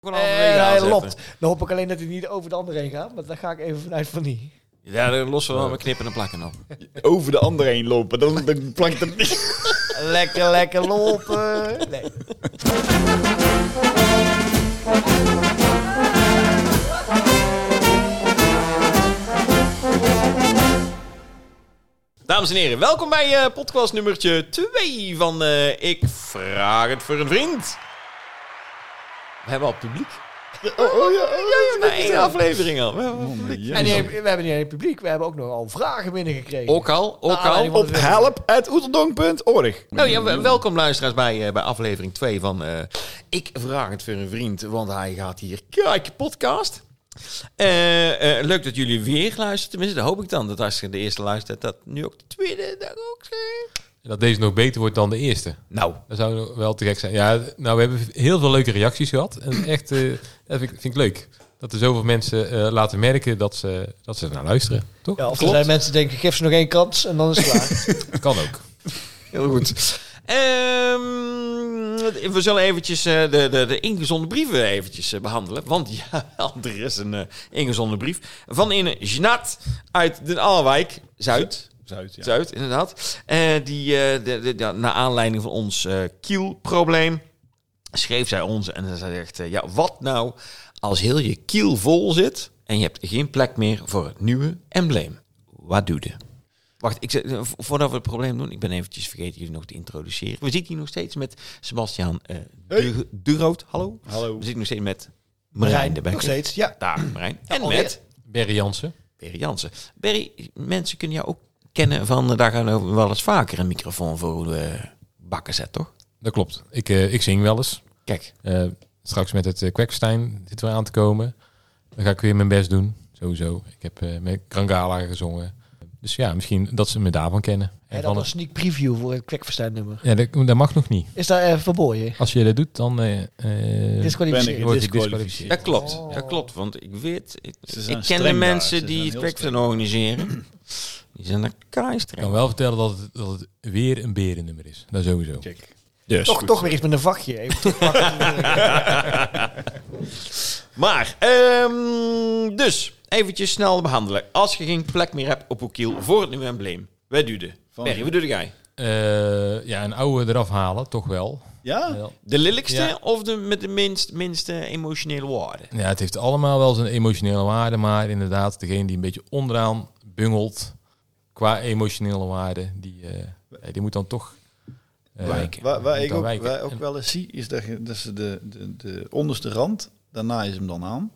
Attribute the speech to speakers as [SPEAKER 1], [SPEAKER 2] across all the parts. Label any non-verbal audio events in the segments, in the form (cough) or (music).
[SPEAKER 1] gewoon halverwege
[SPEAKER 2] Eh, hij
[SPEAKER 1] aanzetten.
[SPEAKER 2] lopt. Dan hoop ik alleen dat hij niet over de andere heen gaat. Maar daar ga ik even vanuit van niet.
[SPEAKER 1] Ja, dan lossen we wel met knippen en plakken dan.
[SPEAKER 3] Over de ander heen lopen, dan, dan plankt het niet.
[SPEAKER 2] (laughs) Lekker, lekker lopen. Nee.
[SPEAKER 1] Dames en heren, welkom bij eh, podcast nummertje 2 van eh, Ik Vraag het voor een Vriend. We hebben al publiek.
[SPEAKER 3] Oh, oh ja, oh, ja,
[SPEAKER 1] Na één aflevering al. We hebben
[SPEAKER 3] Oh
[SPEAKER 1] al publiek.
[SPEAKER 2] En die- we hebben niet alleen publiek, we hebben ook nogal vragen binnengekregen.
[SPEAKER 1] Ook al, ook
[SPEAKER 2] Ah,
[SPEAKER 1] al.
[SPEAKER 2] die man-
[SPEAKER 3] Op help.oeterdonk.org.
[SPEAKER 1] Nou ja, wel- welkom luisteraars bij, eh, bij aflevering 2 van eh, Ik Vraag het voor een Vriend, want hij gaat hier kijken podcast. Eh, eh, leuk dat jullie weer luisteren. Tenminste, dat hoop ik dan. Dat als je de eerste luistert, dat nu ook de tweede dag ook. eh.
[SPEAKER 4] Dat deze nog beter wordt dan de eerste.
[SPEAKER 1] Nou,
[SPEAKER 4] Dat zou wel te gek zijn. Ja, nou, we hebben heel veel leuke reacties gehad. En echt, eh, dat vind ik, vind ik leuk. Dat er zoveel mensen eh, laten merken dat ze, dat ze naar luisteren. Toch?
[SPEAKER 2] Ja, of er
[SPEAKER 1] Klopt.
[SPEAKER 2] zijn mensen die denken, geef ze nog één kans en dan is het klaar.
[SPEAKER 4] Dat kan ook.
[SPEAKER 1] Heel goed. Ehm, we zullen eventjes eh, de, de, de ingezonden brieven eventjes eh, behandelen. Want (laughs) ja, er is een eh, ingezonden brief van een Jeanat uit Den Aalwijk, Zuid.
[SPEAKER 3] Zuid, ja.
[SPEAKER 1] Zuid, inderdaad. Eh, die, eh, de, de, ja, naar aanleiding van ons eh, kielprobleem schreef zij ons en zij zegt... eh, ja, wat nou als heel je kiel vol zit en je hebt geen plek meer voor het nieuwe embleem? Wat doe je? Wacht, ik, zet- eh, vo- voordat we het probleem doen, ik ben eventjes vergeten jullie nog te introduceren. We zitten hier nog steeds met Sebastian eh Du- Durood, hallo.
[SPEAKER 3] Hallo.
[SPEAKER 1] We zitten nog steeds met Marijn de
[SPEAKER 2] nog
[SPEAKER 1] Bekker.
[SPEAKER 2] steeds, ja.
[SPEAKER 1] Daar, Marijn. En
[SPEAKER 2] alweer.
[SPEAKER 1] met
[SPEAKER 4] Berry Jansen.
[SPEAKER 1] Berry Jansen. Berry, mensen kunnen jou ook kennen van, eh, daar gaan we wel eens vaker een microfoon voor eh bakken zet, toch?
[SPEAKER 4] Dat klopt. Ik, eh, ik zing wel eens.
[SPEAKER 1] Kijk,
[SPEAKER 4] Eh, straks met het uh, Kwekfestijn zit weer aan te komen. Dan ga ik weer mijn best doen. Sowieso. Ik heb eh, met Krangala gezongen. Dus ja, misschien dat ze me daarvan kennen.
[SPEAKER 2] En dan
[SPEAKER 4] En van
[SPEAKER 2] een
[SPEAKER 4] het,
[SPEAKER 2] sneak preview voor het kwekverstuin nummer.
[SPEAKER 4] ja, dat, dat mag nog niet.
[SPEAKER 2] Is daar eh, verboden?
[SPEAKER 4] Als je dat doet, dan eh, eh,
[SPEAKER 2] Disqualificeren.
[SPEAKER 4] word je
[SPEAKER 3] gedisqualificeerd.
[SPEAKER 4] disqualificeerd.
[SPEAKER 1] dat klopt. Dat klopt, want ik weet... Ik,
[SPEAKER 3] Ze zijn
[SPEAKER 1] ik ken
[SPEAKER 3] streng
[SPEAKER 1] de
[SPEAKER 3] daar.
[SPEAKER 1] mensen
[SPEAKER 3] Ze
[SPEAKER 1] die
[SPEAKER 3] zijn
[SPEAKER 1] het
[SPEAKER 3] heel
[SPEAKER 1] Quickfin organiseren. Die zijn er
[SPEAKER 4] Ik
[SPEAKER 1] keistreng.
[SPEAKER 4] kan wel vertellen dat het, dat het weer een berennummer is. Dat sowieso.
[SPEAKER 3] Check.
[SPEAKER 2] Toch, toch weer iets met een vakje. Even pakken.
[SPEAKER 1] Maar, ehm, dus, eventjes snel behandelen. Als je geen plek meer hebt op Oekiel voor het nieuwe embleem, wij duwden.
[SPEAKER 3] Van-
[SPEAKER 1] Berry, wat doe jij?
[SPEAKER 4] Eh, ja, een oude eraf halen, toch wel.
[SPEAKER 3] Ja?
[SPEAKER 1] De lelijkste
[SPEAKER 4] Ja.
[SPEAKER 1] of de met de minst, minste emotionele waarde?
[SPEAKER 4] Ja, het heeft allemaal wel zijn emotionele waarde, maar inderdaad, degene die een beetje onderaan bungelt qua emotionele waarde, die, eh, ja, die moet dan toch eh,
[SPEAKER 1] Wijken.
[SPEAKER 3] Waar, waar
[SPEAKER 4] moet
[SPEAKER 3] ik
[SPEAKER 4] dan
[SPEAKER 3] ook,
[SPEAKER 4] wijken.
[SPEAKER 3] waar ook
[SPEAKER 4] En-
[SPEAKER 3] wel eens zie, is dat, je- dat ze de, de, de onderste rand, daarna is hem dan aan.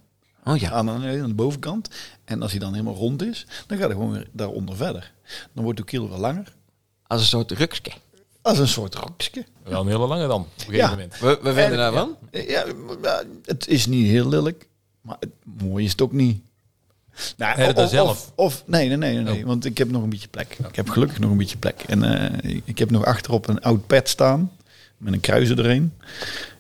[SPEAKER 1] Oh ja.
[SPEAKER 3] Aan, aan de bovenkant. En als hij dan helemaal rond is, dan gaat hij gewoon weer daaronder verder. Dan wordt de kiel weer langer.
[SPEAKER 1] Als een soort rukske.
[SPEAKER 3] Als een soort rokje.
[SPEAKER 4] Wel een hele lange dan, op een gegeven
[SPEAKER 3] Ja.
[SPEAKER 4] moment.
[SPEAKER 1] We, we vinden daarvan.
[SPEAKER 3] Eh, Ja, maar, maar het is niet heel lelijk, maar het, mooi is het ook niet. Nou,
[SPEAKER 4] Heb je dat
[SPEAKER 3] of,
[SPEAKER 4] zelf?
[SPEAKER 3] Of, of- nee, nee, nee, nee,
[SPEAKER 1] Oh.
[SPEAKER 3] nee, want ik heb nog een beetje plek. Ik heb gelukkig nog een beetje plek. En eh, ik heb nog achterop een oud pad staan met een kruiser erheen.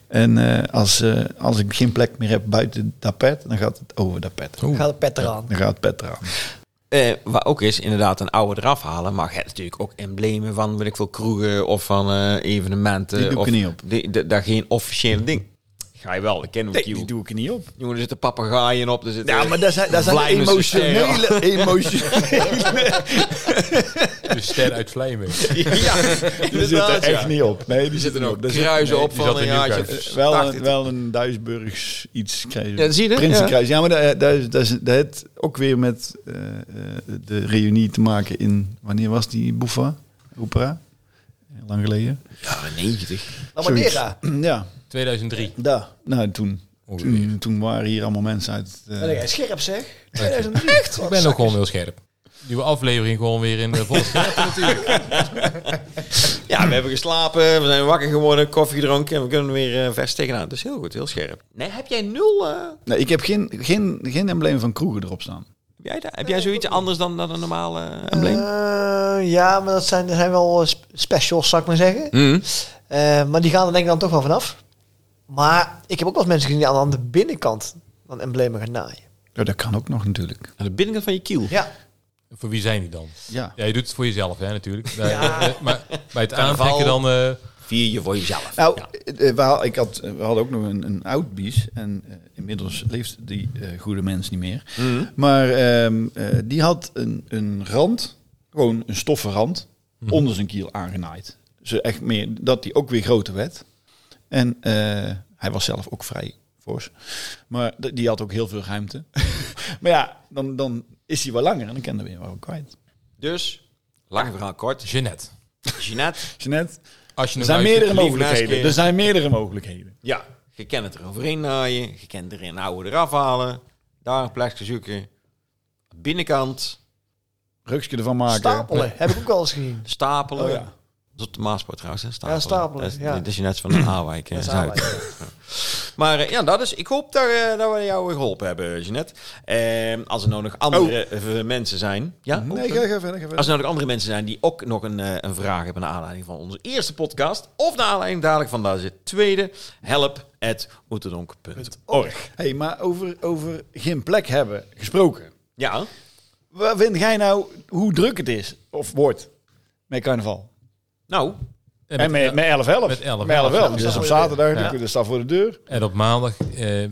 [SPEAKER 3] En eh, als, eh, als ik geen plek meer heb buiten dat pad, dan gaat het over dat pad.
[SPEAKER 2] Ga de pet eraan.
[SPEAKER 3] Dan gaat het pad eraan.
[SPEAKER 1] Eh, waar ook is, inderdaad, een oude eraf halen. Maar je hebt natuurlijk ook emblemen van, weet ik veel, kroegen of van eh, evenementen.
[SPEAKER 3] Die doe ik
[SPEAKER 1] of,
[SPEAKER 3] er niet op.
[SPEAKER 1] die- die- daar geen officiële ding. Ga je wel, dat kennen we
[SPEAKER 3] Nee,
[SPEAKER 1] Kiel.
[SPEAKER 3] die doe ik er niet op.
[SPEAKER 1] Jongen, er zitten papegaaien op. Er zitten
[SPEAKER 3] Ja,
[SPEAKER 1] (laughs)
[SPEAKER 3] maar dat zijn, dat zijn
[SPEAKER 1] vlijmers, sterren.
[SPEAKER 3] emotionele, (laughs) emotionele...
[SPEAKER 4] De Dus ster uit Vlijmen.
[SPEAKER 1] ja,
[SPEAKER 3] Die zitten
[SPEAKER 1] inderdaad,
[SPEAKER 3] echt
[SPEAKER 1] ja.
[SPEAKER 3] niet op. Nee, die
[SPEAKER 1] Er zitten
[SPEAKER 3] zitten
[SPEAKER 1] ook
[SPEAKER 3] op. Daar zit-
[SPEAKER 1] kruisen
[SPEAKER 3] nee,
[SPEAKER 1] op
[SPEAKER 4] die
[SPEAKER 1] van
[SPEAKER 4] zat
[SPEAKER 1] een
[SPEAKER 4] in
[SPEAKER 1] jaartje.
[SPEAKER 4] Nieuwkerk.
[SPEAKER 1] of
[SPEAKER 3] Eh, Wel
[SPEAKER 1] 80.
[SPEAKER 3] een, wel een Duisburgs iets krijgen.
[SPEAKER 1] Ja, zie je, ja.
[SPEAKER 3] Prinsenkruis. Ja, maar dat, dat, is- dat, is- dat heeft ook weer met eh, eh, de reunie te maken in... Wanneer was die Boefa? Opera? Lang geleden.
[SPEAKER 1] Jaren 90.
[SPEAKER 2] Lamadera.
[SPEAKER 3] Zoiets. Ja,
[SPEAKER 4] 2003.
[SPEAKER 3] daar. Nou, toen,
[SPEAKER 4] Ongeveer.
[SPEAKER 3] toen, toen waren hier allemaal mensen uit... eh,
[SPEAKER 2] Wat jij scherp zeg. 2003.
[SPEAKER 4] Ik ben ook gewoon heel scherp. Nieuwe aflevering gewoon weer in de volle scherp. (laughs)
[SPEAKER 1] Ja, we hebben geslapen, we zijn wakker geworden, koffie gedronken en we kunnen weer eh, vers tegenaan. Dus heel goed, heel scherp. Nee, heb jij nul? eh,
[SPEAKER 3] nee, ik heb geen, geen, geen embleem van kroegen erop staan.
[SPEAKER 1] heb, jij daar, heb jij zoiets anders dan, dan een normale eh, embleem?
[SPEAKER 2] Eh, ja, maar dat zijn, dat zijn wel eh, sp- specials, zou ik maar zeggen.
[SPEAKER 3] Hm?
[SPEAKER 1] Mhm.
[SPEAKER 2] Eh, maar die gaan er denk ik dan toch wel vanaf. Maar ik heb ook wel eens mensen gezien die aan de binnenkant van emblemen gaan naaien.
[SPEAKER 3] Ja, dat kan ook nog natuurlijk.
[SPEAKER 1] Aan de binnenkant van je kiel.
[SPEAKER 2] Ja,
[SPEAKER 4] Voor wie zijn die dan?
[SPEAKER 3] Ja.
[SPEAKER 4] Ja, je doet het voor jezelf, hè, natuurlijk. Maar,
[SPEAKER 2] Ja.
[SPEAKER 4] eh, maar bij het
[SPEAKER 1] Carnaval.
[SPEAKER 4] aantrekken dan... eh,
[SPEAKER 1] vier je voor jezelf.
[SPEAKER 3] Nou,
[SPEAKER 1] Ja.
[SPEAKER 3] eh, we, had- ik had, eh, we hadden ook nog een, een oud bies. En eh, inmiddels leeft die eh, goede mens niet meer.
[SPEAKER 4] Mhm.
[SPEAKER 3] Maar ehm, eh, die had een, een rand, gewoon een stoffen rand,
[SPEAKER 4] Mhm.
[SPEAKER 3] onder zijn kiel aangenaaid. Ze echt meer, dat die ook weer groter werd. En eh, hij was zelf ook vrij fors. Maar d- die had ook heel veel ruimte. (laughs) maar ja, dan, dan is hij wel langer en dan kan hij weer wel kwijt.
[SPEAKER 1] Dus, lang verhaal kort. dus
[SPEAKER 4] Jeannette.
[SPEAKER 1] Jeanette,
[SPEAKER 3] Jeanette,
[SPEAKER 4] Als je
[SPEAKER 3] er zijn
[SPEAKER 4] het luistert-
[SPEAKER 3] meerdere
[SPEAKER 1] lieve
[SPEAKER 3] mogelijkheden.
[SPEAKER 1] meisje.
[SPEAKER 3] Er zijn meerdere mogelijkheden.
[SPEAKER 1] ja, je kent het eroverheen naaien, je kent erin oude eraf halen, daar een plekje zoeken, binnenkant,
[SPEAKER 3] Rukje ervan maken.
[SPEAKER 2] Ah, Stapelen, heb ik ook al eens gezien.
[SPEAKER 1] stapelen.
[SPEAKER 3] Oh ja.
[SPEAKER 1] Dat is op de Maaspoort trouwens, hè?
[SPEAKER 2] Ja, stapelen,
[SPEAKER 1] Dat is,
[SPEAKER 2] ja.
[SPEAKER 1] dat is Jeanette van
[SPEAKER 2] (clears throat)
[SPEAKER 1] de Haarwijk, eh,
[SPEAKER 2] Dat is
[SPEAKER 1] Zuid. Maar eh, ja, dat is. Ik hoop dat, eh, dat we jou geholpen hebben, Jeanette. Eh, als er nou
[SPEAKER 2] Oh.
[SPEAKER 1] nog andere eh, mensen zijn. Ja?
[SPEAKER 3] Nee,
[SPEAKER 1] Ook-
[SPEAKER 3] ga ga verder, ga verder.
[SPEAKER 1] Als er nou nog andere mensen zijn die ook nog een, eh, een vraag hebben naar aanleiding van onze eerste podcast. Of naar aanleiding dadelijk van deze tweede. Help at oeterdonk.org.
[SPEAKER 3] Oh, Hey, maar over, over geen plek hebben gesproken.
[SPEAKER 1] Ja,
[SPEAKER 3] Wat vind jij nou hoe druk het is of wordt met carnaval?
[SPEAKER 1] nou.
[SPEAKER 4] En
[SPEAKER 3] en met,
[SPEAKER 4] met-
[SPEAKER 3] met 11 11
[SPEAKER 4] met 11-11.
[SPEAKER 3] Dus dat is op zaterdag,
[SPEAKER 4] Ja.
[SPEAKER 3] dus dat staat voor de deur.
[SPEAKER 4] En op maandag eh,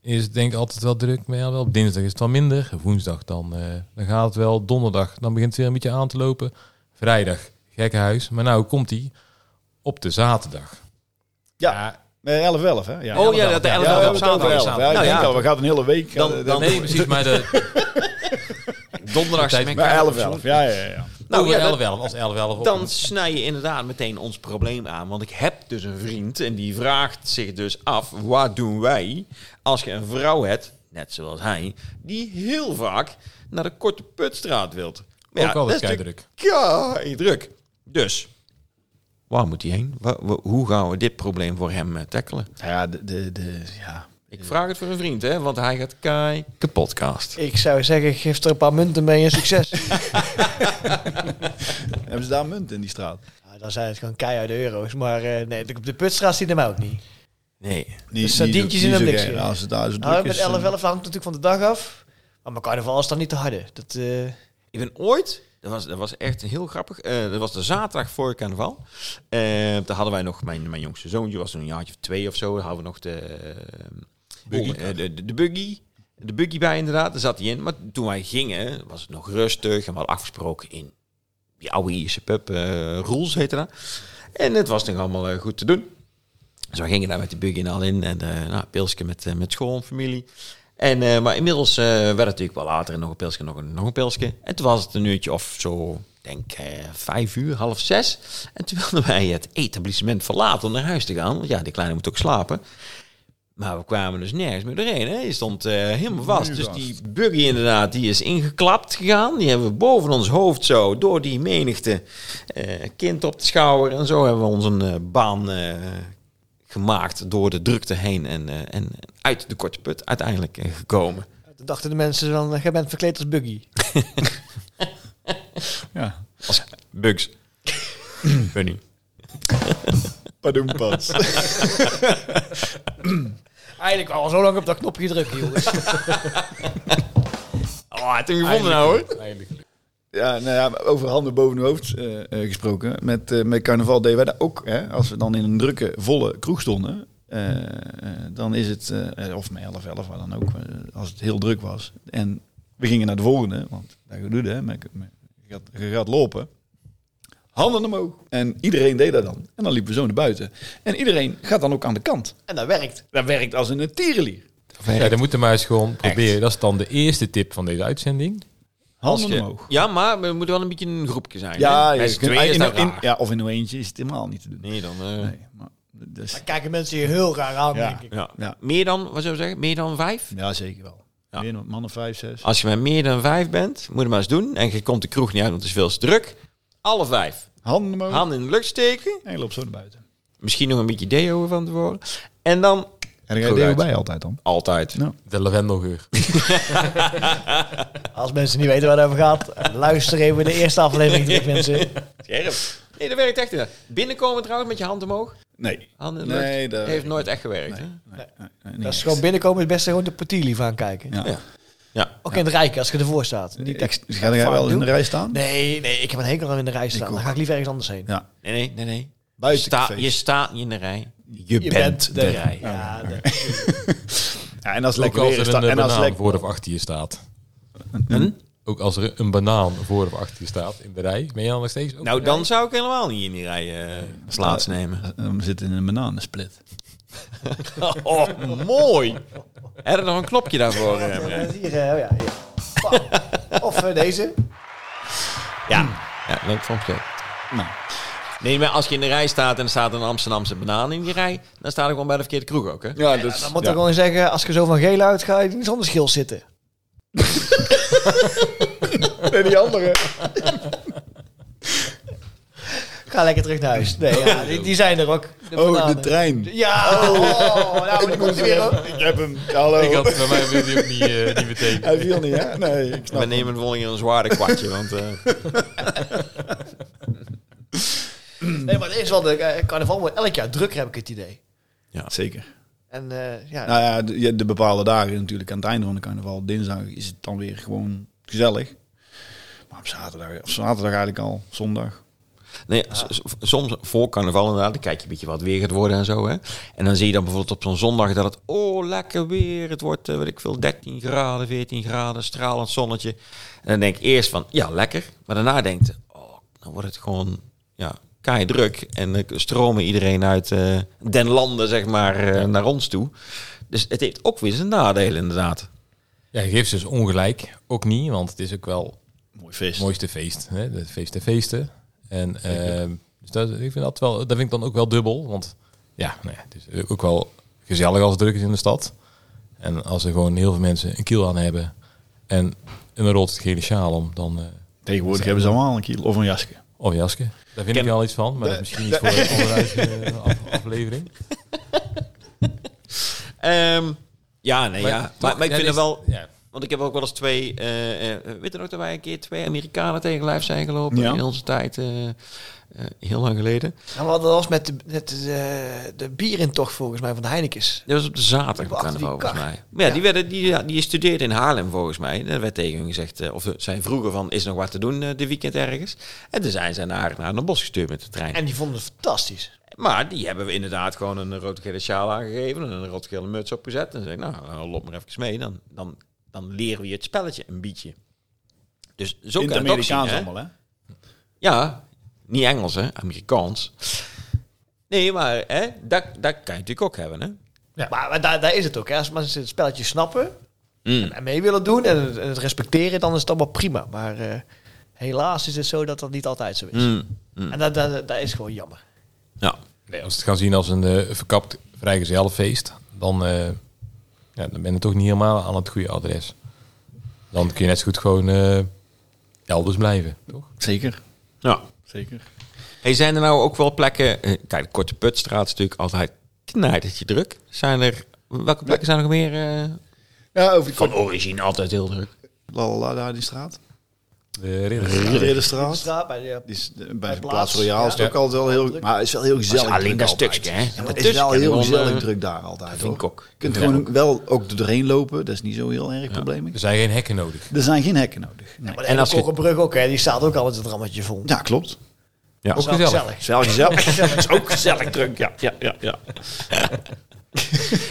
[SPEAKER 4] is het denk ik altijd wel druk. Maar ja, wel op dinsdag is het wel minder. Woensdag dan, eh, dan gaat het wel. Donderdag dan begint het weer een beetje aan te lopen. Vrijdag gekkenhuis. Maar nou komt die op de zaterdag.
[SPEAKER 3] Ja. Met 11 11 hè? Ja.
[SPEAKER 1] Oh ja, dat de
[SPEAKER 4] Ja,
[SPEAKER 1] 11
[SPEAKER 3] we hebben
[SPEAKER 1] op
[SPEAKER 3] het over
[SPEAKER 1] zaterdag.
[SPEAKER 3] 11. Ja, ik
[SPEAKER 1] Nou
[SPEAKER 3] denk
[SPEAKER 1] ja,
[SPEAKER 3] al, we gaan een hele week...
[SPEAKER 1] Dan-
[SPEAKER 3] eh, dat-
[SPEAKER 1] dan-
[SPEAKER 4] Nee, precies. Maar (laughs) de,
[SPEAKER 1] donderdag
[SPEAKER 4] Tijd-
[SPEAKER 1] zijn we
[SPEAKER 3] maar
[SPEAKER 1] klaar.
[SPEAKER 3] 11 11 ja, ja, ja.
[SPEAKER 1] Nou,
[SPEAKER 4] nou,
[SPEAKER 1] ja, dat-
[SPEAKER 4] 11, 11, als 11, 11 op
[SPEAKER 1] Dan snij je inderdaad meteen ons probleem aan. Want ik heb dus een vriend en die vraagt zich dus af... wat doen wij als je een vrouw hebt, net zoals hij... die heel vaak naar de Korte Putstraat wilt. Maar
[SPEAKER 4] Ook altijd
[SPEAKER 1] dat is natuurlijk keidruk. Dus, waar moet hij heen? Wa- wa- hoe gaan we dit probleem voor hem eh, tackelen?
[SPEAKER 3] Nou ja, de, de, de, ja.
[SPEAKER 1] Ik vraag het voor een vriend, hè, want hij gaat kei kapotcast.
[SPEAKER 2] Ik zou zeggen, geef er een paar munten mee en succes. (laughs)
[SPEAKER 3] Hebben ze daar munt in die straat?
[SPEAKER 2] Ja, Ah, dan zijn het gewoon keiharde euro's. Maar eh, nee, op de putstraat ziet hem ook niet.
[SPEAKER 1] Nee.
[SPEAKER 3] Die,
[SPEAKER 2] Dus sardientjes
[SPEAKER 3] die-
[SPEAKER 2] in
[SPEAKER 3] die
[SPEAKER 2] een
[SPEAKER 3] zo-
[SPEAKER 2] blikje.
[SPEAKER 3] ja, Als het daar zo druk
[SPEAKER 2] Nou, met
[SPEAKER 3] is... eh,
[SPEAKER 2] 11-11 hangt het natuurlijk van de dag af. Maar mijn carnaval is dan niet te harde. Dat, eh,
[SPEAKER 1] Ik ben ooit, dat was, dat was echt heel grappig, eh, dat was de zaterdag voor carnaval. Eh daar hadden wij nog, mijn, mijn jongste zoontje was toen een jaartje of twee of zo, daar hadden we nog de, eh,
[SPEAKER 4] Buggy.
[SPEAKER 1] oh, eh, de, de, de buggy. De buggy bij inderdaad, daar zat hij in. Maar toen wij gingen, was het nog rustig en we hadden afgesproken in die oude Ierse pub, eh Roels heette dat. En het was nog allemaal eh, goed te doen. Dus we gingen daar met de buggy en al in. En eh nou, pilsje met, eh, met schoonfamilie. En, eh, maar inmiddels eh, werd het natuurlijk wel later. En nog een pilsje, nog een, nog een pilsje. En toen was het een uurtje of zo, ik denk eh vijf uur, half zes. En toen wilden wij het etablissement verlaten om naar huis te gaan. Want ja, die kleine moet ook slapen. Maar we kwamen dus nergens meer doorheen. Hè? Je stond eh, helemaal vast. Dus die buggy inderdaad, die is ingeklapt gegaan. Die hebben we boven ons hoofd zo, door die menigte, eh, kind op de schouder. En zo hebben we ons een eh, baan eh, gemaakt door de drukte heen. En, eh, en uit de korte put uiteindelijk eh, gekomen.
[SPEAKER 2] toen dachten de mensen van, eh, jij bent verkleed als Buggy.
[SPEAKER 3] Ja.
[SPEAKER 1] Als (clears throat) bugs. Bunny.
[SPEAKER 3] Padoempas.
[SPEAKER 2] Eigenlijk al zo lang op dat knopje drukken, jongens.
[SPEAKER 1] Oh, toen gevonden nou hoor.
[SPEAKER 3] Ja, nou ja, maar over handen boven hun hoofd eh, eh, gesproken. Met, eh, met carnaval deden wij dat ook. Hè? Als we dan in een drukke, volle kroeg stonden, eh, eh, dan is het, eh, eh, of met 11, 11, waar dan ook, eh, als het heel druk was. En we gingen naar de volgende, want daar gedoe hè, met, met- je, gaat, je gaat lopen. Handen omhoog. En iedereen deed dat dan. En dan liepen we zo naar buiten. En iedereen gaat dan ook aan de kant.
[SPEAKER 2] en dat werkt.
[SPEAKER 3] Dat werkt als een tierenlier.
[SPEAKER 4] Ja, dan moet de muis gewoon proberen. Dat is dan de eerste tip van deze uitzending.
[SPEAKER 3] Handen
[SPEAKER 1] Als je-
[SPEAKER 3] omhoog.
[SPEAKER 1] Ja, maar we moeten wel een beetje een groepje zijn.
[SPEAKER 3] Ja,
[SPEAKER 1] hè?
[SPEAKER 3] je
[SPEAKER 1] Met z'n
[SPEAKER 3] kunt-
[SPEAKER 1] tweeën is
[SPEAKER 3] in-
[SPEAKER 1] dat
[SPEAKER 3] in-
[SPEAKER 1] raar.
[SPEAKER 3] ja, of in een eentje is het helemaal niet te doen.
[SPEAKER 1] Nee, dan... eh,
[SPEAKER 3] Nee, maar, dus,
[SPEAKER 2] Dan kijken mensen je heel raar aan,
[SPEAKER 3] Ja.
[SPEAKER 2] denk ik.
[SPEAKER 1] Ja.
[SPEAKER 3] Ja.
[SPEAKER 1] Meer dan, wat zou je zeggen, meer dan vijf?
[SPEAKER 3] Ja, zeker wel.
[SPEAKER 1] Ja.
[SPEAKER 3] Meer dan mannen 5, 6.
[SPEAKER 1] Als je met meer dan vijf bent, moet je maar eens doen. En je komt de kroeg niet uit, want het is veel te druk. Alle vijf.
[SPEAKER 3] Handen omhoog.
[SPEAKER 1] Handen in de lucht steken.
[SPEAKER 3] En je loopt zo naar buiten.
[SPEAKER 1] Misschien nog een beetje deo van tevoren. En dan
[SPEAKER 3] En dan
[SPEAKER 1] Goed
[SPEAKER 3] ga je
[SPEAKER 1] uit.
[SPEAKER 3] bij altijd dan.
[SPEAKER 1] altijd.
[SPEAKER 3] Ja.
[SPEAKER 4] De lavendelgeur.
[SPEAKER 2] Als mensen niet weten waar het over gaat, luister even de eerste aflevering terug, mensen.
[SPEAKER 1] Scherp. Nee, dat werkt echt niet. Binnenkomen trouwens met je hand omhoog.
[SPEAKER 3] Nee.
[SPEAKER 1] Handen in de
[SPEAKER 3] Nee,
[SPEAKER 1] lucht.
[SPEAKER 3] dat-
[SPEAKER 1] heeft nooit echt gewerkt. Hè?
[SPEAKER 2] Dat is gewoon binnenkomen, het beste gewoon de portier van kijken.
[SPEAKER 3] Ja.
[SPEAKER 1] Ja. Ja.
[SPEAKER 2] Ook in het rijk, als je ervoor staat. Niet
[SPEAKER 3] Ik,
[SPEAKER 2] echt-
[SPEAKER 3] ga jij wel in de rij staan?
[SPEAKER 2] Nee, nee, ik heb een hekel aan in de rij staan. Dan ga ik liever ergens anders heen.
[SPEAKER 3] Ja.
[SPEAKER 1] Nee, nee, nee, nee. Je,
[SPEAKER 3] Buiten
[SPEAKER 1] sta,
[SPEAKER 3] cafés.
[SPEAKER 1] je staat niet in de rij. Je,
[SPEAKER 2] Je
[SPEAKER 1] bent de, rij.
[SPEAKER 2] Ja,
[SPEAKER 3] Oh,
[SPEAKER 2] de-
[SPEAKER 3] Ja, en als het
[SPEAKER 4] Ook
[SPEAKER 3] lekker
[SPEAKER 4] als
[SPEAKER 3] weer is,
[SPEAKER 4] er een
[SPEAKER 3] dan,
[SPEAKER 4] eh,
[SPEAKER 3] en als het
[SPEAKER 4] banaan
[SPEAKER 3] lekker
[SPEAKER 4] voor of achter je staat.
[SPEAKER 1] Hm?
[SPEAKER 4] Ook als er een banaan voor of achter je staat in de rij, ben je dan nog steeds... ook
[SPEAKER 1] Nou,
[SPEAKER 4] in de rij?
[SPEAKER 1] dan zou ik helemaal niet in die rij eh, plaats nemen.
[SPEAKER 3] (laughs) Eh, We zitten in een bananensplit.
[SPEAKER 1] Oh, mooi. Heb je nog een knopje daarvoor? eh,
[SPEAKER 2] Ja,
[SPEAKER 1] Marijn?
[SPEAKER 2] dat is hier, eh, oh ja, hier. Bam. Of eh, deze.
[SPEAKER 1] Ja, ja leuk filmpje.
[SPEAKER 3] Nou,
[SPEAKER 1] Nee, maar als je in de rij staat en er staat een Amsterdamse banaan in die rij, dan staat ik gewoon bij de verkeerde kroeg ook, hè?
[SPEAKER 3] ja,
[SPEAKER 2] Dan moet ik gewoon zeggen, als je zo van geel uit, ga je niet zonder schil zitten.
[SPEAKER 3] En die andere.
[SPEAKER 2] Ga lekker terug naar huis. Nee, ja, die, die zijn er ook.
[SPEAKER 3] Oh, de
[SPEAKER 2] bananen.
[SPEAKER 3] trein.
[SPEAKER 2] Ja, oh, nou, die komt er weer hoor.
[SPEAKER 3] Ik heb hem. Hallo.
[SPEAKER 4] Ik had, bij mij viel die ook niet, eh, niet meteen.
[SPEAKER 3] Hij viel niet, hè? Nee, ik snap
[SPEAKER 1] We nemen het wel een zwaarder kwartje, want... eh,
[SPEAKER 2] Nee, maar het is wel de eh, carnaval wordt elk jaar drukker, heb ik het idee.
[SPEAKER 3] het. Zeker.
[SPEAKER 2] En eh, ja,
[SPEAKER 3] Nou ja, de, ja, de bepaalde dagen natuurlijk aan het einde van de carnaval. Dinsdag is het dan weer gewoon gezellig. Maar op zaterdag, of zaterdag eigenlijk al, zondag.
[SPEAKER 1] Nee, s- s- soms voor carnaval inderdaad, dan kijk je een beetje wat weer gaat worden en zo. Hè? En dan zie je dan bijvoorbeeld op zo'n zondag dat het, oh lekker weer, het wordt, eh, weet ik veel, 13 graden, 14 graden, stralend zonnetje. En dan denk ik eerst van, ja lekker, maar daarna denkt, je, oh, dan wordt het gewoon, ja, keihard druk. En dan stromen iedereen uit eh, den landen, zeg maar, eh, naar ons toe. Dus het heeft ook weer zijn nadelen inderdaad.
[SPEAKER 4] Ja, je geeft ze dus ongelijk. Ook niet, want het is ook wel
[SPEAKER 3] Mooi feest.
[SPEAKER 4] het mooiste feest. Hè? Het feest der feesten. En ehm, dus dat, ik vind dat, wel, dat vind ik dan ook wel dubbel. Want ja, nou ja, het is ook wel gezellig als het druk is in de stad. En als er gewoon heel veel mensen een kiel aan hebben en een rolt het gele sjaal om, dan... eh
[SPEAKER 3] Tegenwoordig hebben ze allemaal een kilo of een jasje.
[SPEAKER 4] oh, jasje. Daar vind ik
[SPEAKER 1] Ken-
[SPEAKER 4] al iets van,
[SPEAKER 1] (laughs)
[SPEAKER 4] maar dat is misschien niet voor een andere eh, af- aflevering.
[SPEAKER 1] Ehm, ja, nee, ja. Maar,
[SPEAKER 4] toch,
[SPEAKER 1] maar ik vind
[SPEAKER 4] ja, dit-
[SPEAKER 1] het wel...
[SPEAKER 4] ja.
[SPEAKER 1] Want ik heb ook wel eens twee, eh eh, weet je nog dat wij een keer twee Amerikanen tegen lijf zijn gelopen
[SPEAKER 3] Ja.
[SPEAKER 1] in onze tijd, eh, eh, heel lang geleden.
[SPEAKER 2] nou, wat dat was met de, met de, de bierentocht volgens mij van de Heineken's.
[SPEAKER 1] Dat was op de zaterdag
[SPEAKER 2] Achter die
[SPEAKER 1] volgens
[SPEAKER 2] kar.
[SPEAKER 1] mij. Maar ja, Die, werden, die, ja, die studeerden in Haarlem volgens mij. En er werd tegen hun gezegd, eh, of ze- zij vroegen van, is er nog wat te doen eh dit weekend ergens? En toen zijn zij naar, naar Den Bosch gestuurd met de trein.
[SPEAKER 2] En die vonden het fantastisch.
[SPEAKER 1] maar die hebben we inderdaad gewoon een roodgele sjaal aangegeven en een roodgele muts opgezet. En zeiden, nou, dan loop maar even mee, dan, dan, dan leren we je het spelletje een beetje. Dus zo kan het ook zien,
[SPEAKER 3] Amerikaans
[SPEAKER 1] hè?
[SPEAKER 3] allemaal, hè?
[SPEAKER 1] Ja, niet Engels, hè? Amerikaans. Nee, maar hè, dat, dat kan je natuurlijk ook hebben, hè?
[SPEAKER 2] Maar, maar daar, daar is het ook. Hè. Als mensen het spelletje snappen
[SPEAKER 1] Mm,
[SPEAKER 2] en mee willen doen en het, en het respecteren, dan is het allemaal prima. Maar eh, helaas is het zo dat dat niet altijd zo is.
[SPEAKER 1] Mm, mm.
[SPEAKER 2] En dat, dat, dat is gewoon jammer.
[SPEAKER 1] Ja.
[SPEAKER 4] Nee, als we het gaan zien als een eh, verkapt vrijgezellenfeest, dan, eh, ja, dan ben je toch niet helemaal aan het goede adres. Dan kun je net zo goed gewoon eh, elders blijven, toch?
[SPEAKER 3] Zeker.
[SPEAKER 1] ja.
[SPEAKER 3] Zeker.
[SPEAKER 1] Hey, zijn er nou ook wel plekken... eh, kijk, de Korte Putstraat is natuurlijk altijd knijtertje druk. Zijn er... Welke plekken zijn er nog meer? eh,
[SPEAKER 3] Ja, over
[SPEAKER 1] van
[SPEAKER 3] de
[SPEAKER 1] origine altijd heel druk.
[SPEAKER 3] la, la, la, die straat.
[SPEAKER 4] De
[SPEAKER 3] De
[SPEAKER 4] ridder.
[SPEAKER 2] De
[SPEAKER 3] Ridderstraat.
[SPEAKER 2] straat bij de-
[SPEAKER 3] Die is, eh, bij de
[SPEAKER 2] Plaats,
[SPEAKER 3] Plaats Royaal is het
[SPEAKER 4] ja.
[SPEAKER 3] ook altijd wel heel...
[SPEAKER 2] Druk.
[SPEAKER 3] Maar het is wel heel gezellig.
[SPEAKER 1] Dat is alleen
[SPEAKER 3] druk
[SPEAKER 1] dat
[SPEAKER 3] altijd.
[SPEAKER 1] stukje, hè?
[SPEAKER 3] Ja, maar het
[SPEAKER 1] Daartussen
[SPEAKER 3] is wel
[SPEAKER 1] kan
[SPEAKER 3] heel
[SPEAKER 1] je wel,
[SPEAKER 3] gezellig
[SPEAKER 1] eh,
[SPEAKER 3] druk daar altijd,
[SPEAKER 1] vind ik
[SPEAKER 3] hoor.
[SPEAKER 1] ook.
[SPEAKER 3] Je kunt
[SPEAKER 1] Ja,
[SPEAKER 3] gewoon wel ook doorheen lopen. Dat is niet zo heel erg probleem. Dus
[SPEAKER 4] Er zijn geen hekken nodig.
[SPEAKER 3] Er zijn geen hekken nodig. Nee.
[SPEAKER 2] Maar
[SPEAKER 1] En
[SPEAKER 2] en
[SPEAKER 1] als
[SPEAKER 2] als
[SPEAKER 1] je-
[SPEAKER 2] Kokkenbrug ook, hè, die staat ook altijd het rammetje vol.
[SPEAKER 3] Ja, klopt.
[SPEAKER 1] Ja.
[SPEAKER 2] Dat
[SPEAKER 4] Ook
[SPEAKER 2] is wel
[SPEAKER 4] gezellig.
[SPEAKER 2] gezellig.
[SPEAKER 3] Het is wel gezellig.
[SPEAKER 2] (laughs)
[SPEAKER 3] Het is ook gezellig druk, ja. ja, ja, ja.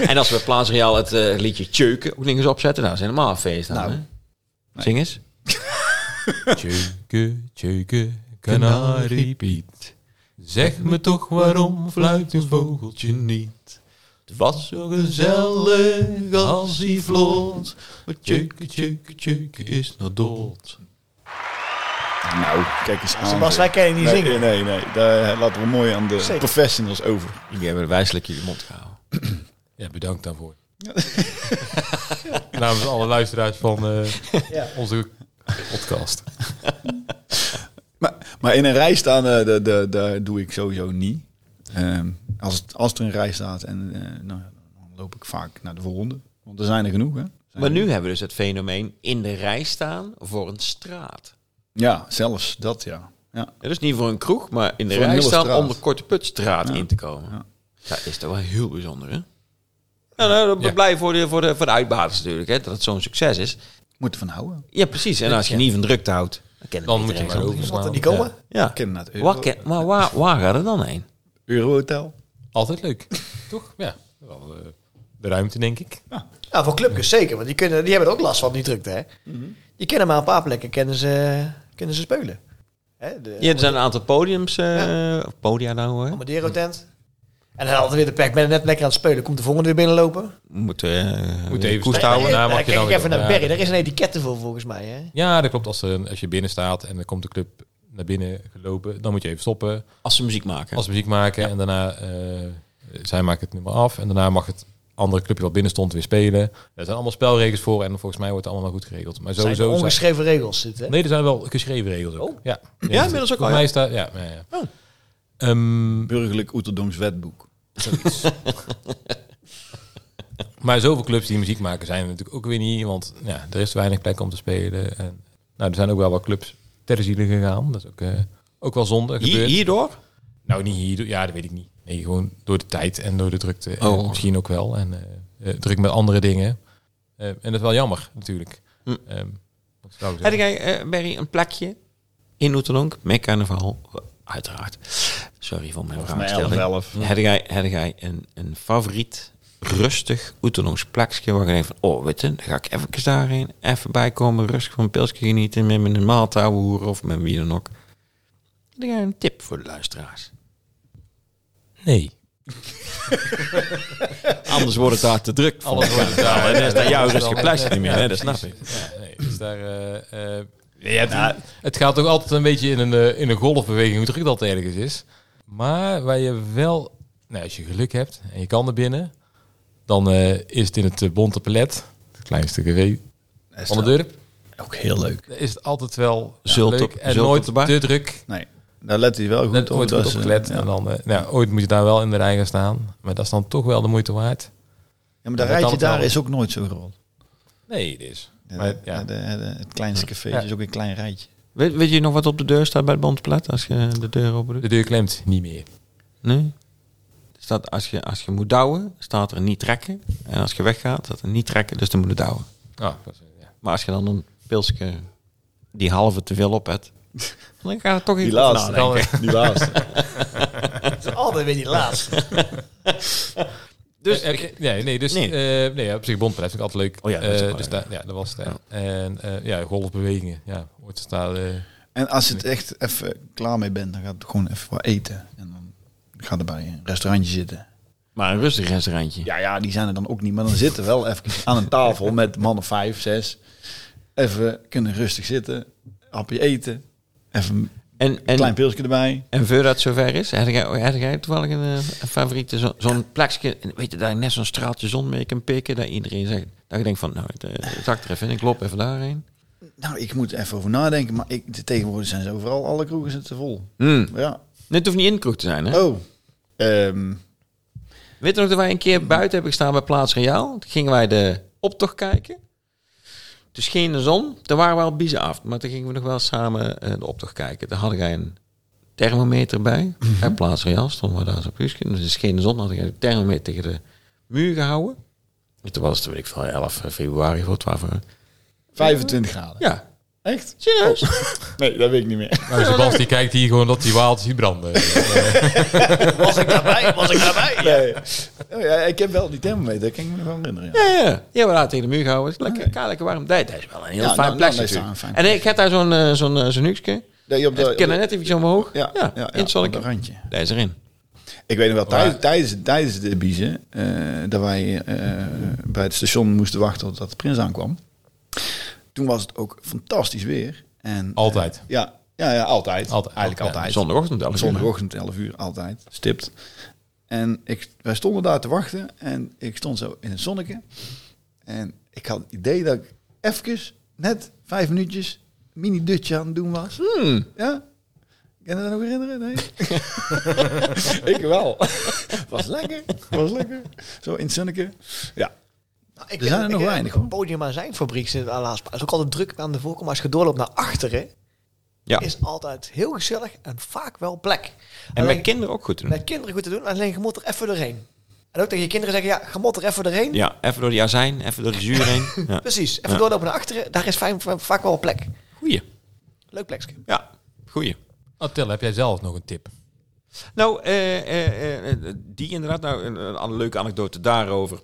[SPEAKER 1] en als we Plaats Real het eh, liedje Tjeuken ook nog eens opzetten... Nou, dat is helemaal een feest dan,
[SPEAKER 3] Nou,
[SPEAKER 1] hè? Zing eens.
[SPEAKER 4] Tjeuke, tjeuke, kanariepiet. Zeg me toch waarom fluit een vogeltje niet? Het was zo gezellig als hij vloot. Maar tjeuke, tjeuke, tjeuke is nou dood.
[SPEAKER 3] Nou, kijk eens aan.
[SPEAKER 2] Sebas, wij kennen niet
[SPEAKER 3] nee,
[SPEAKER 2] zingen.
[SPEAKER 3] Nee, nee, Daar laten we mooi aan de
[SPEAKER 2] Zeker.
[SPEAKER 3] professionals over.
[SPEAKER 1] Jullie hebben wijselijk je mond gehouden.
[SPEAKER 4] Ja, bedankt daarvoor. (laughs) Namens alle luisteraars van eh,
[SPEAKER 2] Ja.
[SPEAKER 4] onze podcast.
[SPEAKER 3] Maar, maar in een rij staan, eh, daar daar- daar doe ik sowieso niet. Ehm, als, het, als er een rij staat, en, eh, nou, dan loop ik vaak naar de volgende. Want er zijn er genoeg, hè? Zijn
[SPEAKER 1] Maar
[SPEAKER 3] er-
[SPEAKER 1] nu hebben we dus het fenomeen in de rij staan voor een straat.
[SPEAKER 3] Ja, zelfs dat, ja. ja.
[SPEAKER 1] Ja, dus niet voor een kroeg, maar in de
[SPEAKER 3] Voor een
[SPEAKER 1] rij
[SPEAKER 3] hele
[SPEAKER 1] staan
[SPEAKER 3] straat.
[SPEAKER 1] om de Korte Putstraat
[SPEAKER 3] Ja.
[SPEAKER 1] in te komen.
[SPEAKER 3] Ja.
[SPEAKER 1] Dat is toch wel heel bijzonder, hè? Nou, nou dan ben ik
[SPEAKER 4] Ja.
[SPEAKER 1] blij voor de, voor, de, voor de uitbaters natuurlijk, hè, dat het zo'n succes is.
[SPEAKER 3] Moet ervan houden.
[SPEAKER 1] Ja, precies. En als je niet van drukte houdt, dan, ken
[SPEAKER 4] Dan moet je maar
[SPEAKER 1] ook.
[SPEAKER 4] overslaan.
[SPEAKER 2] Want die komen.
[SPEAKER 1] Ja.
[SPEAKER 3] Ik ken het uit
[SPEAKER 1] Waar,
[SPEAKER 3] Europa.
[SPEAKER 1] ken- maar waar, waar gaat het dan heen?
[SPEAKER 3] Eurohotel.
[SPEAKER 4] Altijd leuk. Toch? Ja. Wel, eh, de ruimte, denk ik.
[SPEAKER 2] Ja, voor clubjes zeker, want die, kunnen, die hebben er ook last van, die drukte. Hè? Die kennen maar een paar plekken, kennen ze, kunnen ze spelen. Hè? De
[SPEAKER 1] Ja, er zijn een aantal podiums, eh, of podia nou. Hè.
[SPEAKER 2] Amadero tent. En dan altijd weer de pack, ben net lekker aan het spelen. Komt de volgende weer binnenlopen.
[SPEAKER 1] Moet, eh
[SPEAKER 4] Moet even
[SPEAKER 1] koest
[SPEAKER 4] staan.
[SPEAKER 1] houden.
[SPEAKER 4] daar
[SPEAKER 2] Nou,
[SPEAKER 4] mag je
[SPEAKER 2] kijk
[SPEAKER 4] dan
[SPEAKER 2] ik
[SPEAKER 4] weer
[SPEAKER 2] even
[SPEAKER 4] op.
[SPEAKER 2] naar
[SPEAKER 4] Ja.
[SPEAKER 2] Berry, daar is een etiquette voor volgens mij. Hè?
[SPEAKER 4] Ja, dat klopt. Als, er- als je binnen staat en er komt de club naar binnen gelopen, dan moet je even stoppen.
[SPEAKER 1] Als ze muziek maken.
[SPEAKER 4] Als muziek maken en daarna eh, zij maken het nummer af. En daarna mag het andere clubje wat binnen stond weer spelen. Er zijn allemaal spelregels voor en volgens mij wordt het allemaal wel goed geregeld. Maar
[SPEAKER 2] Zijn er
[SPEAKER 4] sowieso zijn-
[SPEAKER 2] ongeschreven regels zitten.
[SPEAKER 4] Nee, er zijn wel geschreven regels ook.
[SPEAKER 2] Oh.
[SPEAKER 4] Ja.
[SPEAKER 1] Ja, inmiddels ook
[SPEAKER 4] Voor
[SPEAKER 1] al,
[SPEAKER 4] mij
[SPEAKER 1] ja.
[SPEAKER 4] staat... Ja, ja, ja.
[SPEAKER 1] Oh.
[SPEAKER 4] Ehm,
[SPEAKER 3] Burgerlijk Oeterdoms wetboek.
[SPEAKER 4] (laughs) maar zoveel clubs die muziek maken zijn er natuurlijk ook weer niet. Want ja, er is weinig plek om te spelen. En, nou, er zijn ook wel wat clubs ter ziele gegaan. Dat is ook, eh, ook wel zonde.
[SPEAKER 1] Hier,
[SPEAKER 4] gebeurd.
[SPEAKER 1] hierdoor?
[SPEAKER 4] Nou, niet hier. Ja, dat weet ik niet. Nee, gewoon door de tijd en door de drukte. En
[SPEAKER 1] Oh.
[SPEAKER 4] misschien ook wel. En eh, eh, druk met andere dingen. Eh, en dat is wel jammer, natuurlijk.
[SPEAKER 1] Hm.
[SPEAKER 4] Ehm, wat zou ik
[SPEAKER 1] Heb
[SPEAKER 4] zeggen?
[SPEAKER 1] jij, eh, Barry, een plakje in Oeterlonk met carnaval? Uiteraard. Sorry voor mijn
[SPEAKER 3] Volgens mij
[SPEAKER 1] vraagstelling.
[SPEAKER 3] 11.
[SPEAKER 1] Heb jij, heb jij een, een favoriet rustig Oeterlonks plakje waar je denkt van, oh weet je, dan ga ik even daarheen, even bijkomen, rustig van een pilsje genieten met mijn maaltouw hoeren of met wie dan ook. Heb jij een tip voor de luisteraars?
[SPEAKER 4] Nee.
[SPEAKER 1] Anders wordt het daar te druk voor.
[SPEAKER 4] Alles wordt
[SPEAKER 1] Ja,
[SPEAKER 4] daar.
[SPEAKER 1] dan is dat jouw
[SPEAKER 4] is
[SPEAKER 1] rustig
[SPEAKER 4] wel-
[SPEAKER 1] plekje niet meer, hè,
[SPEAKER 4] Ja,
[SPEAKER 1] dat snap ik.
[SPEAKER 4] precies. Ja, nee, dus daar... eh, eh, ja, het, het gaat ook altijd een beetje in een, eh, in een golfbeweging, hoe druk dat ergens is. Maar waar je wel... Nou, als je geluk hebt en je kan er binnen... dan eh, is het in het eh, Bonte Palet, het kleinste café van de dorp...
[SPEAKER 3] Ook heel leuk.
[SPEAKER 4] Dan is het altijd wel ja,
[SPEAKER 1] Zult
[SPEAKER 4] leuk
[SPEAKER 1] op-
[SPEAKER 4] en
[SPEAKER 1] zult op
[SPEAKER 4] nooit
[SPEAKER 1] de bar?
[SPEAKER 4] te druk.
[SPEAKER 3] Nee, daar let hij wel goed
[SPEAKER 4] Net
[SPEAKER 3] op.
[SPEAKER 4] ooit
[SPEAKER 3] Dat
[SPEAKER 4] goed
[SPEAKER 3] is, eh,
[SPEAKER 4] opgelet.
[SPEAKER 3] Ja.
[SPEAKER 4] En dan, eh, nou, ooit moet je daar wel in de rij gaan staan. Maar dat is dan toch wel de moeite waard.
[SPEAKER 3] Ja, maar dat
[SPEAKER 4] Ja, dat
[SPEAKER 3] rijtje
[SPEAKER 4] kan
[SPEAKER 3] daar
[SPEAKER 4] wel.
[SPEAKER 3] is ook nooit zo groot.
[SPEAKER 4] Nee, dit is.
[SPEAKER 3] Ja,
[SPEAKER 4] Maar,
[SPEAKER 3] de-
[SPEAKER 4] ja.
[SPEAKER 3] de- de- het kleinste café
[SPEAKER 4] Ja.
[SPEAKER 3] is ook een klein rijtje.
[SPEAKER 1] Weet, weet je nog wat op de deur staat bij het bandplat als je de deur open doet?
[SPEAKER 4] De deur klemt niet meer.
[SPEAKER 1] Nee. Er Staat, als, je, als je moet douwen, staat er niet trekken. En als je weggaat, staat er niet trekken, dus dan moet je douwen.
[SPEAKER 4] Ah, dat is, ja.
[SPEAKER 1] Maar als je dan een pilsje die halve te veel op
[SPEAKER 3] (laughs)
[SPEAKER 1] hebt, dan gaat het toch iets
[SPEAKER 3] Nou,
[SPEAKER 4] Dan, eh,
[SPEAKER 3] Die laatste.
[SPEAKER 4] (laughs)
[SPEAKER 2] Het is altijd weer die laatste.
[SPEAKER 1] Dus
[SPEAKER 4] eh, eh, nee, nee, dus
[SPEAKER 1] Nee.
[SPEAKER 4] nee. nee, ja, op zich bondpret vind ik altijd leuk.
[SPEAKER 1] Oh ja, dat is
[SPEAKER 4] Eh,
[SPEAKER 1] ook wel
[SPEAKER 4] dus
[SPEAKER 1] leuk.
[SPEAKER 4] daar, ja, dat was het. hè. En eh, ja, golfbewegingen. Ja, ooit staan. eh,
[SPEAKER 3] En als je het echt even klaar mee bent, dan gaat het gewoon even wat eten. En dan gaat er bij een restaurantje zitten.
[SPEAKER 1] Maar een rustig restaurantje.
[SPEAKER 3] Ja, ja, die zijn er dan ook niet. Maar dan zitten wel even aan een tafel met mannen vijf, zes. Even kunnen rustig zitten. Hapje eten. Even een
[SPEAKER 1] En,
[SPEAKER 3] klein
[SPEAKER 1] en,
[SPEAKER 3] pilsje erbij.
[SPEAKER 1] en voor dat zover is, heb jij, heb jij toevallig een, eh, een favoriete, zo- zo'n plekje, en weet je, daar je net zo'n straaltje zon mee kan pikken, dat iedereen zegt, dat je denkt van, nou, het, eh, het zakt er even in, ik loop even daarheen.
[SPEAKER 3] Nou, ik moet even over nadenken. Maar ik, de- tegenwoordig zijn ze overal. Alle kroegen zitten vol.
[SPEAKER 1] Hmm.
[SPEAKER 3] Ja.
[SPEAKER 1] Dit hoeft niet in de kroeg te zijn, hè?
[SPEAKER 3] Oh. Ehm,
[SPEAKER 1] Weet je nog dat wij een keer buiten hebben gestaan bij Plaats Reaal? Toen gingen wij de optocht kijken. Toen scheen de zon. Toen waren we al biezen af. Maar toen gingen we nog wel samen eh, de optocht kijken. Toen hadden wij een thermometer bij. Bij Plaats Reaal stonden we daar zo op Huusken. Dus er scheen de zon. Hadden wij de thermometer tegen de muur gehouden. En toen was het, weet ik veel, 11 februari of 12. eh,
[SPEAKER 3] 25 graden.
[SPEAKER 1] Ja.
[SPEAKER 3] Echt?
[SPEAKER 1] Serieus?
[SPEAKER 3] Nee, dat weet ik niet meer.
[SPEAKER 4] nou, Sebas die kijkt hier gewoon dat die waalt ziet branden.
[SPEAKER 2] Was ik daarbij? Was ik daarbij?
[SPEAKER 3] Nee. Oh ja, ik heb wel die thermometer, dat kan ik me nog wel herinneren. Ja.
[SPEAKER 1] Ja, ja. ja. Die hebben we daar tegen de muur gehouden. Het is lekker kaal, lekker warm. Nee, dat is wel een heel
[SPEAKER 3] Ja,
[SPEAKER 1] fijn
[SPEAKER 3] nou, nou,
[SPEAKER 1] plekje
[SPEAKER 3] dat is daar een
[SPEAKER 1] natuurlijk.
[SPEAKER 3] fijn
[SPEAKER 1] En ik heb daar zo'n eh, zo'n eh, zo'n hoekje.
[SPEAKER 3] Dat je op de-
[SPEAKER 1] Het kan er net even omhoog.
[SPEAKER 3] Eh, Ja,
[SPEAKER 1] Ja,
[SPEAKER 3] ja,
[SPEAKER 1] in
[SPEAKER 3] ja,
[SPEAKER 1] het
[SPEAKER 3] op
[SPEAKER 1] zonnetje.
[SPEAKER 3] een randje.
[SPEAKER 1] Daar is erin.
[SPEAKER 3] Ik weet nog wel, tijdens,
[SPEAKER 4] Maar-
[SPEAKER 3] tijdens, tijdens de biezen, eh, dat wij eh, bij het station moesten wachten totdat de prins aankwam. Toen was het ook fantastisch weer. En, eh,
[SPEAKER 4] Altijd.
[SPEAKER 3] ja, ja, ja, altijd.
[SPEAKER 4] Altijd.
[SPEAKER 3] Eigenlijk
[SPEAKER 4] Ja,
[SPEAKER 3] altijd.
[SPEAKER 1] Zondagochtend elf uur.
[SPEAKER 3] Zondagochtend, 11 uur, altijd. Stipt. En ik, wij stonden daar te wachten en ik stond zo in het zonnetje. En ik had het idee dat ik even, net vijf minuutjes, een mini-dutje aan het doen was.
[SPEAKER 4] Hmm.
[SPEAKER 3] Ja? Kan je dat nog herinneren? Nee?
[SPEAKER 4] (laughs)
[SPEAKER 3] ik wel. (laughs) was lekker. was lekker. Zo in het zonnetje. Ja.
[SPEAKER 2] Nou, ik
[SPEAKER 3] Er zijn er
[SPEAKER 2] ik-
[SPEAKER 3] nog
[SPEAKER 2] ik-
[SPEAKER 3] weinig, hoor.
[SPEAKER 2] Het podium aan zijn fabriek zit aan Laas- is ook altijd druk aan de voorkant. Maar als je doorloopt naar achteren,
[SPEAKER 1] Ja.
[SPEAKER 2] is altijd heel gezellig en vaak wel plek.
[SPEAKER 1] En
[SPEAKER 2] Alleen-
[SPEAKER 1] met kinderen ook goed te doen.
[SPEAKER 2] met kinderen goed te doen, alleen je moet er even doorheen. En ook tegen je kinderen zeggen, ja, je moet er even doorheen.
[SPEAKER 1] Ja, even door die azijn, even door de zuur
[SPEAKER 3] (laughs)
[SPEAKER 1] heen. Ja.
[SPEAKER 2] Precies, even
[SPEAKER 1] Ja.
[SPEAKER 2] doorlopen naar achteren. Daar is fijn, vaak wel een plek.
[SPEAKER 1] Goeie.
[SPEAKER 2] Leuk plekje.
[SPEAKER 1] Ja, goeie.
[SPEAKER 4] Attila, heb jij zelf nog een tip?
[SPEAKER 1] Nou, eh, eh, eh, die inderdaad. Nou, een, een leuke anekdote daarover.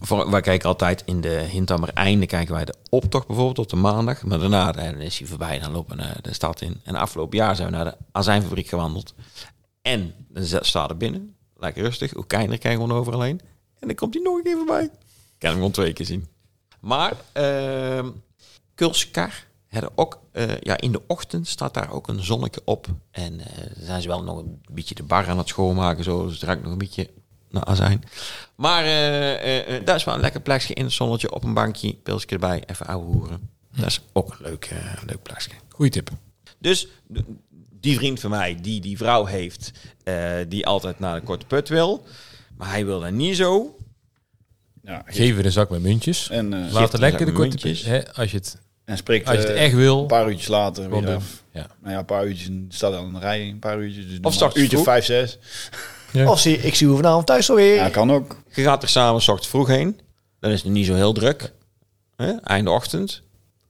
[SPEAKER 1] Voor, wij kijken altijd in de Hintammer einde kijken wij de optocht bijvoorbeeld op de maandag. Maar daarna eh, dan is hij voorbij en dan lopen we naar de stad in. En afgelopen jaar zijn we naar de azijnfabriek gewandeld. En dan za- staat er binnen. Lekker rustig. Ook kleiner kijken we overal heen. En dan komt hij nog een keer voorbij. Ik kan hem gewoon twee keer zien. Maar ehm Kulskar hebben ook, eh, ja, in de ochtend staat daar ook een zonnetje op. En eh, dan zijn ze wel nog een beetje de bar aan het schoonmaken. Zo. Dus het ruikt nog een beetje naar azijn. Maar eh, eh, eh, daar is wel een lekker plekje in het zonnetje. Op een bankje, pilsje erbij, even ouwe hoeren. Dat is ook een leuk, eh, leuk plekje.
[SPEAKER 4] Goeie tip.
[SPEAKER 1] Dus d- die vriend van mij, die die vrouw heeft, eh, die altijd naar de korte put wil. Maar hij wil daar niet zo.
[SPEAKER 3] Ja,
[SPEAKER 4] Geef er een zak met muntjes.
[SPEAKER 3] en, eh,
[SPEAKER 4] Laat er lekker
[SPEAKER 1] zak
[SPEAKER 4] de korte
[SPEAKER 1] muntjes.
[SPEAKER 4] pi- hè, als je het,
[SPEAKER 3] en spreekt
[SPEAKER 4] als je het
[SPEAKER 3] eh,
[SPEAKER 4] echt
[SPEAKER 3] een
[SPEAKER 4] wil.
[SPEAKER 3] paar uurtjes later
[SPEAKER 4] gewoon
[SPEAKER 3] weer
[SPEAKER 4] doen.
[SPEAKER 3] af.
[SPEAKER 4] Ja.
[SPEAKER 3] Nou ja, een paar uurtjes en staat aan de rij, een paar uurtjes. Dus doe
[SPEAKER 1] s
[SPEAKER 3] maar
[SPEAKER 1] ochtends
[SPEAKER 3] een uurtje
[SPEAKER 1] vroeg.
[SPEAKER 3] vijf, zes.
[SPEAKER 4] Ja.
[SPEAKER 2] Of zie, ik zie u vanavond thuis alweer.
[SPEAKER 3] Ja, kan ook.
[SPEAKER 1] Je gaat er samen s ochtends vroeg heen. Dan is het niet zo heel druk. Hè? Einde ochtend.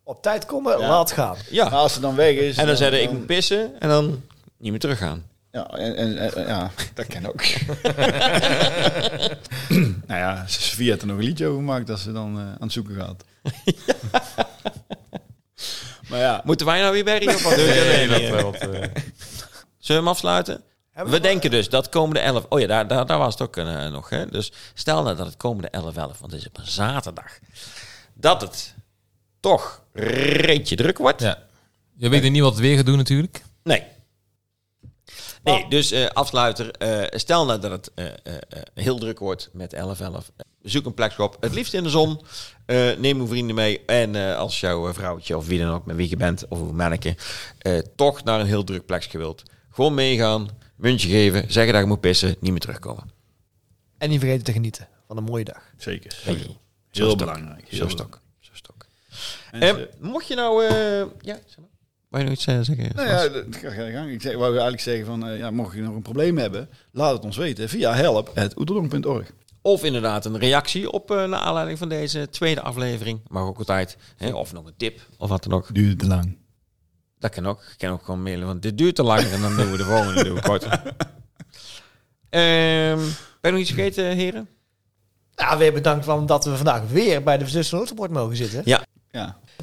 [SPEAKER 2] Op tijd komen,
[SPEAKER 3] Ja.
[SPEAKER 2] laat gaan.
[SPEAKER 1] Ja.
[SPEAKER 3] Maar als het dan weg is...
[SPEAKER 1] En dan zeiden ik moet pissen en dan niet meer teruggaan.
[SPEAKER 3] Ja, en, en, en- ja dat kan
[SPEAKER 1] (laughs)
[SPEAKER 3] ook. nou ja, Sofia had er nog een liedje over gemaakt dat ze dan eh, aan het zoeken
[SPEAKER 1] (laughs)
[SPEAKER 3] gaat. maar ja,
[SPEAKER 1] Moeten wij nou weer berry op? (laughs) Wat doen jullie?
[SPEAKER 4] Nee, dat wel. wat, eh, (laughs)
[SPEAKER 1] Zullen we hem afsluiten?
[SPEAKER 2] Hebben
[SPEAKER 1] We denken dus dat komende 11... Oh ja, daar, daar, daar was het ook eh, nog. Hè? Dus stel nou dat het komende 11-11, want het is op een zaterdag... dat het toch reetje druk wordt.
[SPEAKER 4] ja. Je weet er niet wat het weer gaat doen natuurlijk.
[SPEAKER 1] Nee. Nee, dus eh, afsluiter. eh, stel nou dat het eh, eh, eh, heel druk wordt met 11-11. Zoek een plekje op. Het liefst in de zon. Eh, neem uw vrienden mee. En eh, als jouw eh, vrouwtje of wie dan ook met wie je bent, of uw manneke, eh, toch naar een heel druk plekje wilt. Gewoon meegaan, muntje geven, zeggen dat je moet pissen, niet meer terugkomen.
[SPEAKER 2] En niet vergeten te genieten van een mooie dag.
[SPEAKER 3] zeker.
[SPEAKER 1] Hey,
[SPEAKER 3] Heel belangrijk.
[SPEAKER 1] Zo
[SPEAKER 3] Heel
[SPEAKER 1] stok. Zo stok.
[SPEAKER 3] En
[SPEAKER 1] Eh,
[SPEAKER 3] ze-
[SPEAKER 1] mocht je nou... eh ja, zeg maar. Wou je nog iets eh, zeggen?
[SPEAKER 3] nou ja, dat- ga ga je gang. Ik zeg, wou eigenlijk zeggen van, eh, ja, mocht je nog een probleem hebben, laat het ons weten via help.oedelong.org.
[SPEAKER 1] Of inderdaad een reactie op eh naar aanleiding van deze tweede aflevering. Mag ook altijd. Hè, of nog een tip of wat dan ook.
[SPEAKER 3] Duurde te lang.
[SPEAKER 1] Dat kan ook. Ik kan ook gewoon mailen, want dit duurt te langer en dan doen we de volgende doen we korter. Ehm, ben ik nog iets vergeten, heren?
[SPEAKER 2] Ja, weer bedankt van dat we vandaag weer bij de Verzust van Notenbord mogen zitten.
[SPEAKER 3] Ja,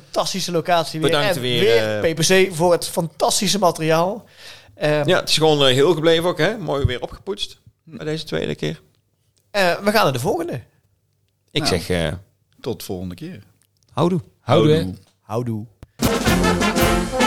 [SPEAKER 2] Fantastische locatie weer.
[SPEAKER 1] Bedankt
[SPEAKER 2] en
[SPEAKER 1] weer, eh,
[SPEAKER 2] PPC voor het fantastische materiaal. Eh,
[SPEAKER 1] Ja, het is gewoon eh, heel gebleven ook, hè? Mooi weer opgepoetst. Bij deze tweede keer.
[SPEAKER 2] eh, we gaan naar de volgende.
[SPEAKER 1] Ik
[SPEAKER 3] Nou.
[SPEAKER 1] zeg, eh
[SPEAKER 3] tot volgende keer.
[SPEAKER 1] houdoe.
[SPEAKER 4] Houden hè.
[SPEAKER 2] Houdoe.